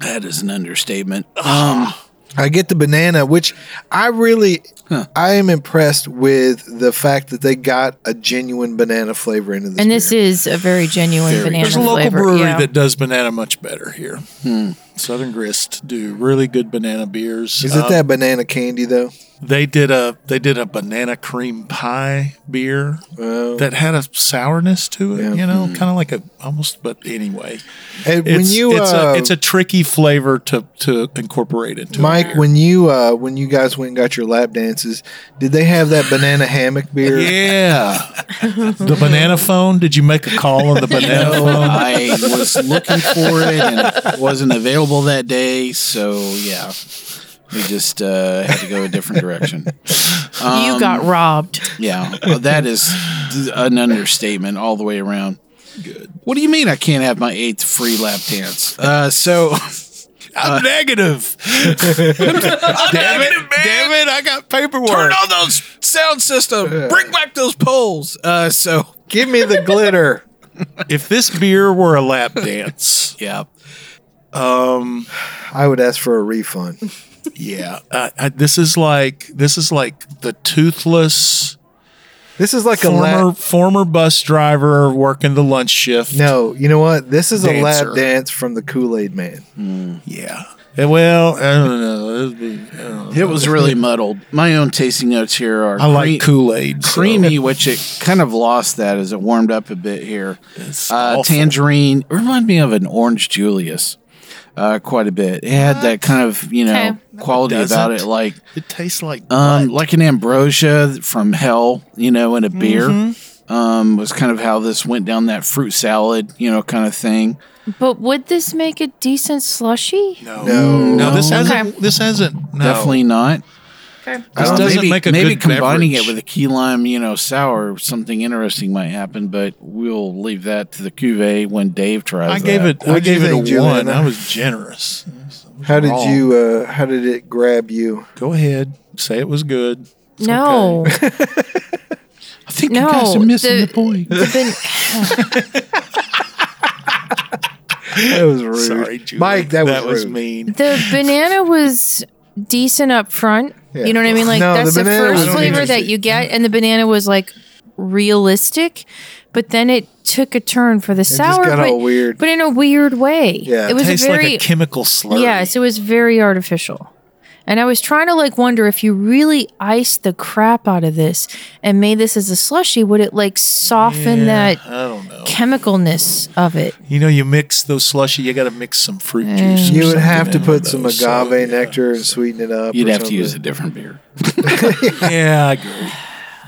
That is an understatement.
I get the banana, which I really, I am impressed with the fact that they got a genuine banana flavor into this.
And this
beer.
is a very genuine banana
There's a local
flavor.
brewery
yeah.
that does banana much better here.
Hmm.
Southern Grist do really good banana beers.
is it
Uh,
that banana candy though?
they did a they did a banana cream pie beer
Oh.
that had a sourness to it?
Yeah.
You know, kind of like a almost. But anyway,
And
it's
when you,
it's,
uh,
a, it's a tricky flavor to to incorporate into a
Mike,
beer.
when you uh, when you guys went and got your lap dances, did they have that banana hammock beer?
Yeah. the banana phone. Did you make a call on the banana
No,
phone?
I was looking for it and it wasn't available that day. So yeah, we just uh, had to go a different direction.
you got robbed.
Yeah, well, that is an understatement all the way around. Good. What do you mean I can't have my eighth free lap dance? Uh, so
I'm negative. damn it, damn it. I got paperwork.
turn on those sound system. Bring back those poles. Uh, so
Give me the glitter.
If this beer were a lap dance,
yeah,
I would ask for a refund.
yeah. Uh, I, this is like this is like the toothless
This is like a
former
lap.
former bus driver working the lunch shift.
No, you know what? This is a
Dancer.
lap dance from the Kool Aid Man.
Yeah. Eh, Well, I don't know. It'd be- I, don't know.
it was really muddled. My own tasting notes here are
I like
cre-
Kool Aid.
creamy, which it kind of lost that as it warmed up a bit here. Uh,
awful.
tangerine it reminded me of an orange Julius. Uh, quite a bit. It had that kind of you know
Okay.
quality about it,
doesn't. Uh,
like
It tastes like
um, like an ambrosia from hell, you know, in a beer. Um, was kind of how this went down that fruit salad, you know, kind of thing.
But would this make a decent slushy?
no,
No.
no. This hasn't. This hasn't. No.
Definitely not.
This
Um,
doesn't
maybe
make a
maybe
good
combining
beverage.
it with a key lime, you know, sour, something interesting might happen. But we'll leave that to the cuvee when Dave tries.
I gave
that.
it. I
What'd you
gave it a
think, Juliana?
one. I was generous.
How did
Wrong.
you? Uh, how did it grab you?
Go ahead. Say it was good.
No,
I think
no.
you guys are missing the,
the-
point.
the ban-
That was rude.
Sorry, Julie.
Mike. That was
that was
rude.
mean.
The banana was decent up front.
Yeah.
You know what I mean? Like
No,
that's
the
the,
banana
first
was
flavor that
interesting.
you get, and the banana was like realistic, but then it took a turn for the sour.
got
but,
all weird.
but in a weird way.
Yeah,
it was
Tastes
very
like a chemical slurry.
yes, it was very artificial. And I was trying to like wonder if you really iced the crap out of this and made this as a slushy, would it like soften that
I don't know.
chemicalness of it?
You know, you mix those slushy. You got to mix some fruit juice. or
You would
something
have to
in
put
with
some agave
those, so,
nectar and sweeten it up.
You'd
or
have to use a
something.
different beer.
Yeah, I agree.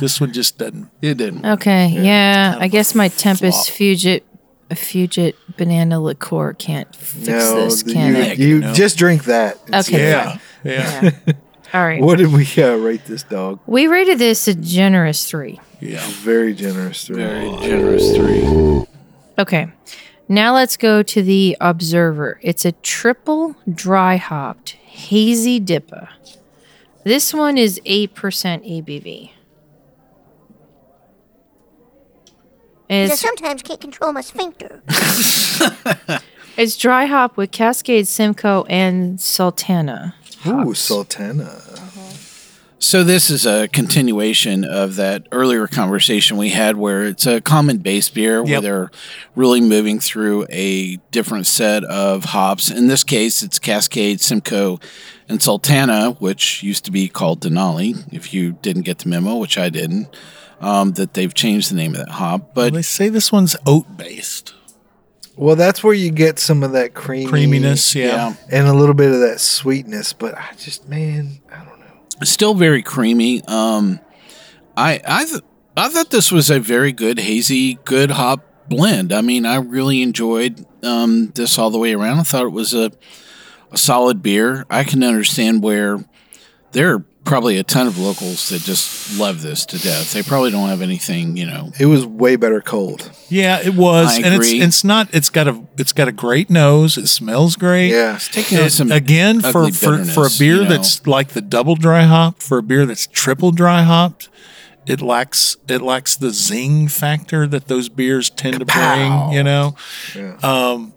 This one just doesn't.
It didn't.
Okay, yeah.
kind
I
of
guess my Tempest
flop.
Fugit Fugit banana liqueur can't fix
No,
this,
the-
can
you,
it?
you
No.
just drink that. It's-
Okay.
Yeah, yeah,
All right.
What did we uh, rate this dog?
We rated this a generous three.
yeah.
Very generous. three.
Very generous three.
Okay. Now let's go to the Observer. It's a triple dry hopped hazy dipper. This one is 8% ABV. It's
sometimes can't control my sphincter.
It's dry hop with Cascade, Simcoe, and Sultana.
Ooh, Sultana.
So this is a continuation of that earlier conversation we had, where it's a common base beer where
Yep.
they're really moving through a different set of hops. In this case, it's Cascade, Simcoe, and Sultana, which used to be called Denali. If you didn't get the memo, which I didn't, um, that they've changed the name of that hop, but
They say this one's oat based
Well, that's where you get some of that creamy
creaminess. Yeah.
yeah.
and a little bit of that sweetness. But I just, man, I don't know.
Still very creamy. Um, I I th- I thought this was a very good hazy, good hop blend. I mean, I really enjoyed um, this all the way around. I thought it was a a solid beer. I can understand where there are probably a ton of locals that just love this to death. They probably don't have anything, you know.
It was way better cold.
Yeah, it was,
I
and it's
agree.
it's not. It's got a it's got a great nose. It smells great.
Yeah. It's
taking
It-
on some
again for
ugly
for, for a
bitterness,
beer
you know.
that's like the double dry hop for a beer that's triple dry hopped. It lacks it lacks the zing factor that those beers tend to bring. You know, um,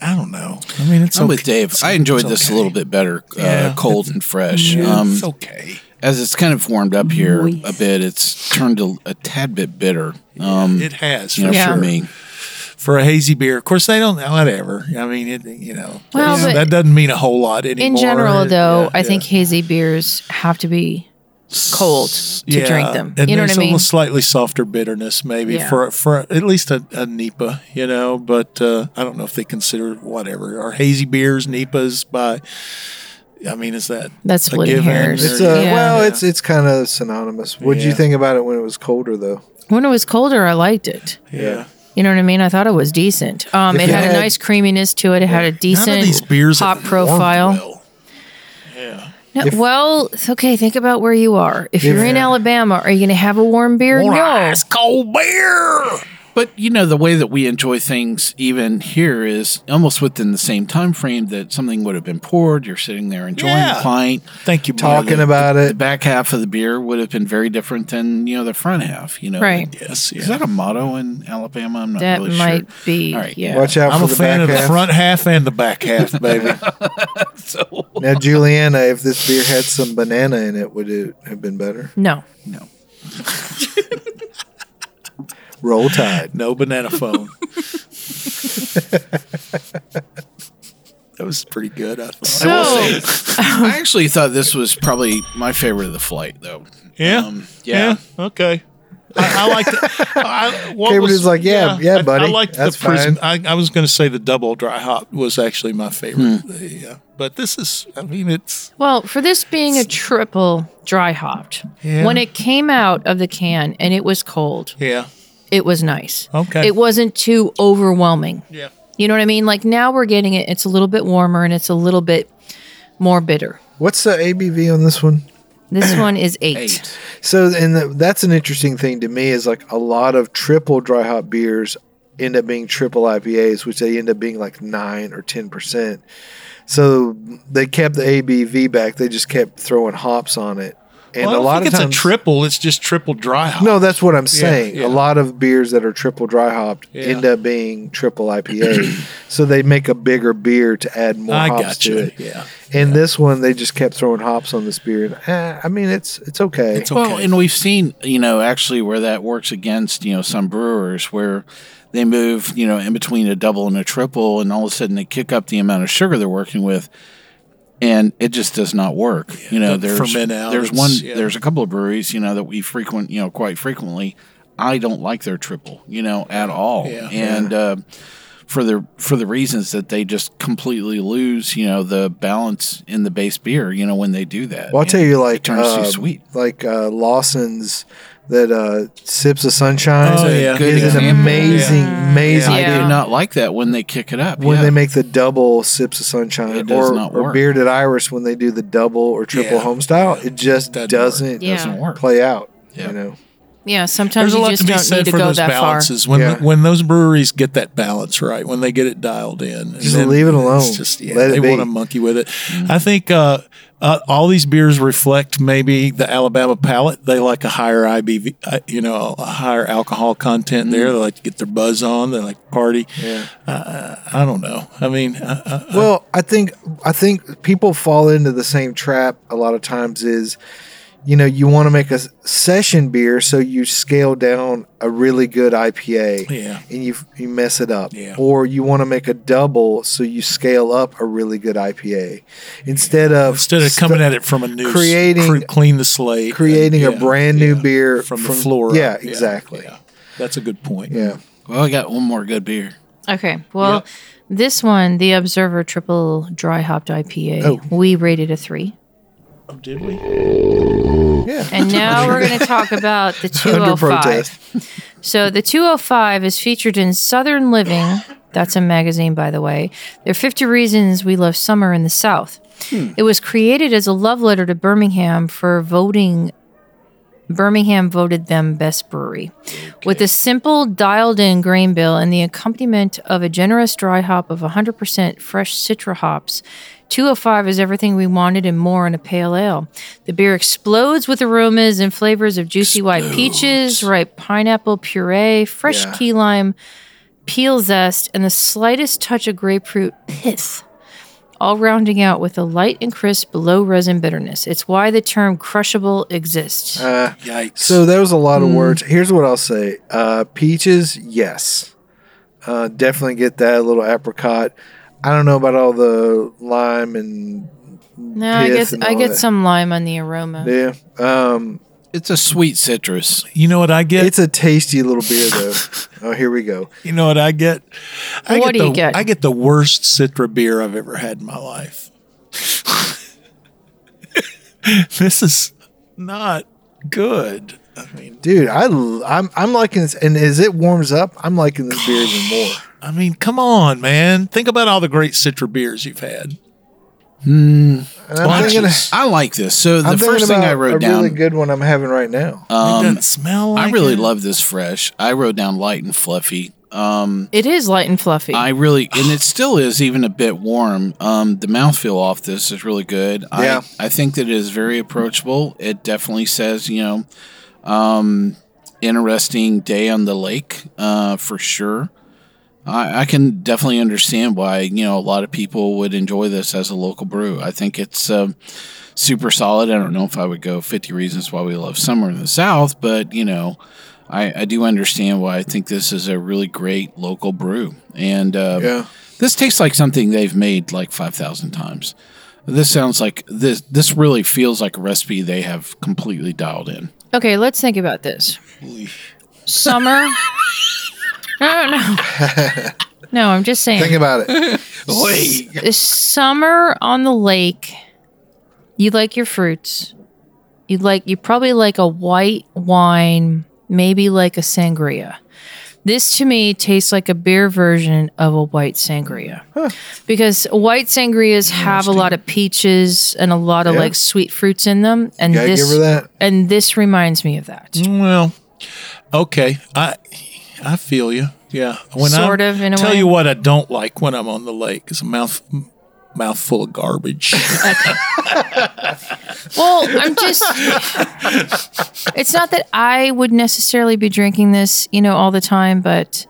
I don't know. I mean, it's
I'm
okay.
with Dave. I
it's
enjoyed this
okay.
a little bit better, uh,
Yeah.
cold and fresh.
Yeah,
um,
it's okay.
as it's kind of warmed up here a bit, it's turned a, a tad bit bitter. Um,
It has
you know,
for sure.
for me.
for a hazy beer. Of course, they don't. Whatever. I mean, it, you know,
Well,
that's-
but-
that doesn't mean a whole lot anymore.
In general,
It-
though,
yeah,
I think
yeah.
hazy beers have to be cold to
Yeah,
drink them.
and
You know what
there's
I
a little
mean?
slightly softer bitterness, maybe
Yeah.
for for at least a, a NEPA, you know. But uh, I don't know if they consider whatever are hazy beers NEPAs by. I mean, is that
That's
a
splitting
given
hairs.
or-
It's uh,
Yeah.
well, it's it's kind of synonymous. What would you
Yeah.
think about it when it was colder though?
When it was colder, I liked it.
yeah.
You know what I mean? I thought it was decent. Um,
If
it
it
had a
had-
nice creaminess to it. It had a decent
None of these beers
hop
have warmed
profile.
well. Yeah.
No, well, it's okay. Think about where you are. If you're in Alabama, are you going to have a warm beer?
Or
no.
ice cold beer.
But you know the way that we enjoy things, even here, is almost within the same time frame that something would have been poured. You're sitting there enjoying
Yeah.
the pint.
Thank you, Marley.
Talking about
The
it.
back half of the beer would have been very different than you know the front half. You know,
Right.
Yes, yeah.
Is that a motto in Alabama? I'm not
That
really
might
sure.
be.
All right.
Yeah.
Watch out
I'm
for
a
the
fan
back
of the
half.
front half and the back half, baby.
Now, Juliana, if this beer had some banana in it, would it have been better?
No.
Roll Tide.
No banana phone. that was pretty good, I thought.
So,
I actually thought this was probably my favorite of the flight, though.
yeah,
Um, yeah.
okay. I, I liked it. I, what
Cableton's like, "Yeah, yeah,
I-
buddy,
I, liked
that's
the prism. I, I was going to say the double dry hop was actually my favorite.
Hmm.
Yeah, but this is. I mean, it's
well, for this being a triple dry hopped,
Yeah.
when it came out of the can and it was cold,
yeah,
it was nice.
Okay.
It wasn't too overwhelming.
yeah.
You know what I mean? Like now we're getting it. It's a little bit warmer and it's a little bit more bitter.
What's the ABV on this one?
This one is eight.
Eight.
So, and the, that's an interesting thing to me is like a lot of triple dry hop beers end up being triple IPAs, which they end up being like nine or ten percent. So they kept the ABV back; they just kept throwing hops on it, and
Well, I
a
don't
lot
think
of
it's
times
a triple. It's just triple dry hop.
No, that's what I'm saying.
yeah.
A lot of beers that are triple dry hopped
Yeah.
end up being triple IPA, so they make a bigger beer to add more
I
hops
got
to
you.
it.
Yeah,
And this one, they just kept throwing hops on this beer. And, eh, I mean, it's it's okay.
it's okay.
Well, and we've seen, you know, actually where that works against, you know, some brewers where they move, you know, in between a double and a triple, and all of a sudden they kick up the amount of sugar they're working with, and it just does not work. you know,
doesn't
there's
ferment out.
there's
It's-
one,
yeah.
there's a couple of breweries, you know, that we frequent, you know, quite frequently. I don't like their triple, you know, at all,
Yeah.
and. Uh, for the for the reasons that they just completely lose, you know, the balance in the base beer, you know, when they do that.
Well, I'll
And
tell you, like
it turns
uh,
too sweet.
like uh, Lawson's that uh, sips of sunshine.
Oh, yeah.
Good
is an
example.
amazing, amazing
I
Yeah.
do not like that when they kick it up.
when
yeah.
they make the double sips of sunshine
It does
or,
not
or
work.
bearded iris when they do the double or triple
Yeah.
home style it just
Doesn't work.
doesn't,
Yeah.
doesn't work.
play out
Yeah.
you know
Yeah. Sometimes
There's a
you
lot to
just
be
don't need
said
to
for
go
those
that
balances when
Yeah.
when those breweries get that balance right, when they get it dialed in, and
Just
then
leave it alone.
it's Just yeah,
Let it
they
be.
want to monkey with it.
Mm-hmm.
I think uh, uh, all these beers reflect maybe the Alabama palate. They like a higher IBV, uh, you know, a higher alcohol content there.
Mm-hmm.
They like to get their buzz on. They like to party. Yeah. Uh, I don't know. I mean, I, I,
well i think i think people fall into the same trap a lot of times is you know you want to make a s- session beer so you scale down a really good ipa
Yeah.
and you you mess it up
Yeah.
or you want to make a double so you scale up a really good ipa instead of
instead of coming
st-
at it from a new s-
creating-
cre- clean the slate, and-
creating a
yeah,
brand new
yeah,
beer
from, the floor.
yeah
up.
exactly
yeah. That's a good point.
yeah.
well, I got one more good beer.
far. Okay. Well, this one, the Observer Triple Dry Hopped IPA,
Oh.
we rated a three.
Oh, did we?
Yeah.
And now we're going to talk about the 205. So the 205 is featured in Southern Living. That's a magazine, by the way. There are 50 reasons we love summer in the South.
Hmm.
It was created as a love letter to Birmingham for voting. Birmingham voted them best brewery. With a simple dialed in grain bill and the accompaniment of a generous dry hop of 100% fresh citra hops, 205 is everything we wanted and more in a pale ale. The beer explodes with aromas and flavors of juicy white peaches, ripe pineapple puree, fresh
Yeah.
key lime, peel zest, and the slightest touch of grapefruit pith all rounding out with a light and crisp low resin bitterness. It's why the term crushable exists.
Uh,
Yikes.
So there was a lot of
Hmm.
words. Here's what I'll say: uh, peaches, yes, uh, definitely get that. A little apricot. I don't know about all the lime and
no, I
pith
guess
and
I
all
get
that.
some lime on the aroma.
yeah. Um,
It's a sweet citrus.
You know what I get?
it's a tasty little beer though. oh, here we go.
you know what I get? I
What
get
do you
the,
get?
I get the worst Citra beer I've ever had in my life. this is not good. I mean,
Dude, I l- I'm I'm liking this, and as it warms up, I'm liking this beer even more.
I mean, come on, man. Think about all the great Citra beers you've had.
Hmm.
And I'm thinking,
I like this. So the
I'm thinking
first thing
about
I
a
wrote down,
really good one I'm having right now.
it
um,
doesn't smell like
I really
it.
love this fresh. I wrote down light and fluffy. Um,
It is light and fluffy.
I really, and it still is even a bit warm. Um, the mouthfeel off this is really good.
Yeah.
I, I think that it is very approachable. It definitely says, you know, um, interesting day on the lake uh, for sure. I, I can definitely understand why, you know, a lot of people would enjoy this as a local brew. I think it's um, super solid. I don't know if I would go 50 Reasons Why We Love Summer in the South, but, you know, I, I do understand why I think this is a really great local brew. And uh,
Yeah.
this tastes like something they've made like 5,000 times. This sounds like this. This really feels like a recipe they have completely dialed in.
okay, let's think about this. Summer. no, no, no. No, I'm just saying.
Think about it.
It's summer on the lake. You like your fruits. You like you probably like a white wine, maybe like a sangria. This to me tastes like a beer version of a white sangria. Because white sangrias have a lot of peaches and a lot of
Yeah.
like sweet fruits in them and
Gotta
this
give her that.
and this reminds me of that.
Well, okay. I I feel you. Yeah. When
Sort
I
of, in a
tell
way.
you what I don't like when I'm on the lake is a mouth mouthful of garbage.
Well, I'm just. it's not that I would necessarily be drinking this, you know, all the time, but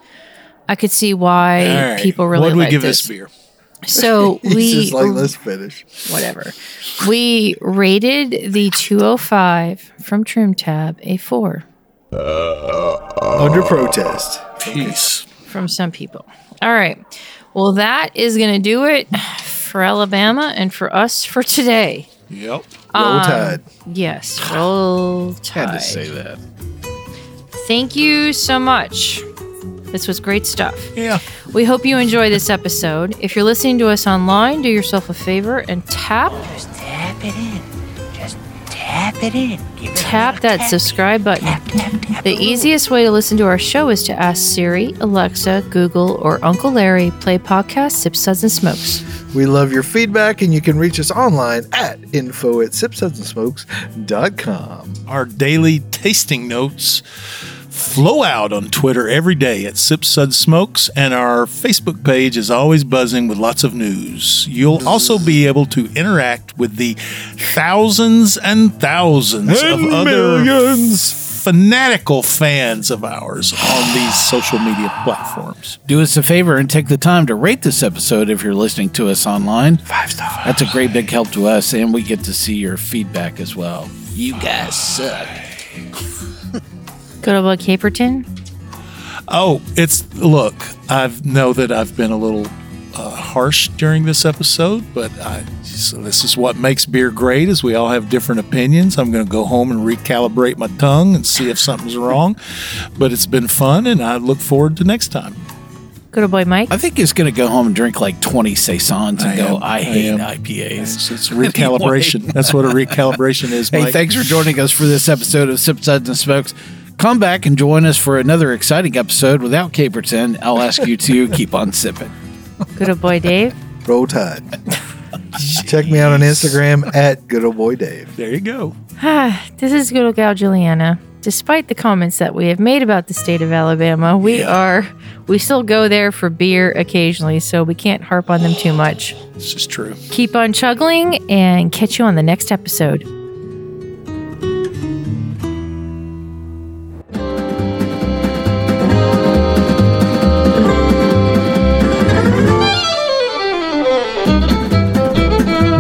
I could see why
All right.
people really
What do we
like
give
this.
this beer?
So
He's
we
just like, let's finish.
whatever. We rated the 205 from Trim Tab a four
Under protest.
Peace.
from some people. All right. Well, that is going to do it for Alabama and for us for today.
Yep.
Roll
Uh,
Tide.
Yes, roll tide.
Had to say that.
Thank you so much. This was great stuff.
Yeah.
We hope you enjoy this episode. If you're listening to us online, do yourself a favor and tap
Tap it in. Just tap it in. Give it
tap that subscribe button. The easiest way to listen to our show is to ask Siri, Alexa, Google, or Uncle Larry play podcast Sip Suds and Smokes.
We love your feedback, and you can reach us online at info at sipsudsandsmokes.com.
Our daily tasting notes flow out on Twitter every day at Sip Sud Smokes, and our Facebook page is always buzzing with lots of news. You'll also be able to interact with the thousands and thousands of other fanatical fans of ours on these social media platforms.
Do us a favor and take the time to rate this episode if you're listening to us online. Five stars. That's a great big help to us, and we get to see your feedback as well. You guys suck.
Go to Bug Caperton.
Oh, it's look. I know that I've been a little uh, harsh during this episode, but I, so this is what makes beer great: is we all have different opinions. I'm going to go home and recalibrate my tongue and see if something's wrong. But it's been fun, and I look forward to next time.
Good old boy Mike.
I think he's going to go home and drink like 20 Saisons and
I
go,
am.
I
I
hate
am.
IPAs.
It's, it's recalibration. That's what a recalibration is.
Hey,
Mike.
thanks for joining us for this episode of Sip Suds and Smokes. Come back and join us for another exciting episode without Caperton. I'll ask you to keep on sipping.
Good old boy Dave.
Roll Tide. Check me out on Instagram at Good Old Boy Dave.
There you go.
Ah, this is good old gal Juliana. Despite the comments that we have made about the state of Alabama, we are we still go there for beer occasionally, so we can't harp on them too much.
This is true.
Keep on chuggling and catch you on the next episode.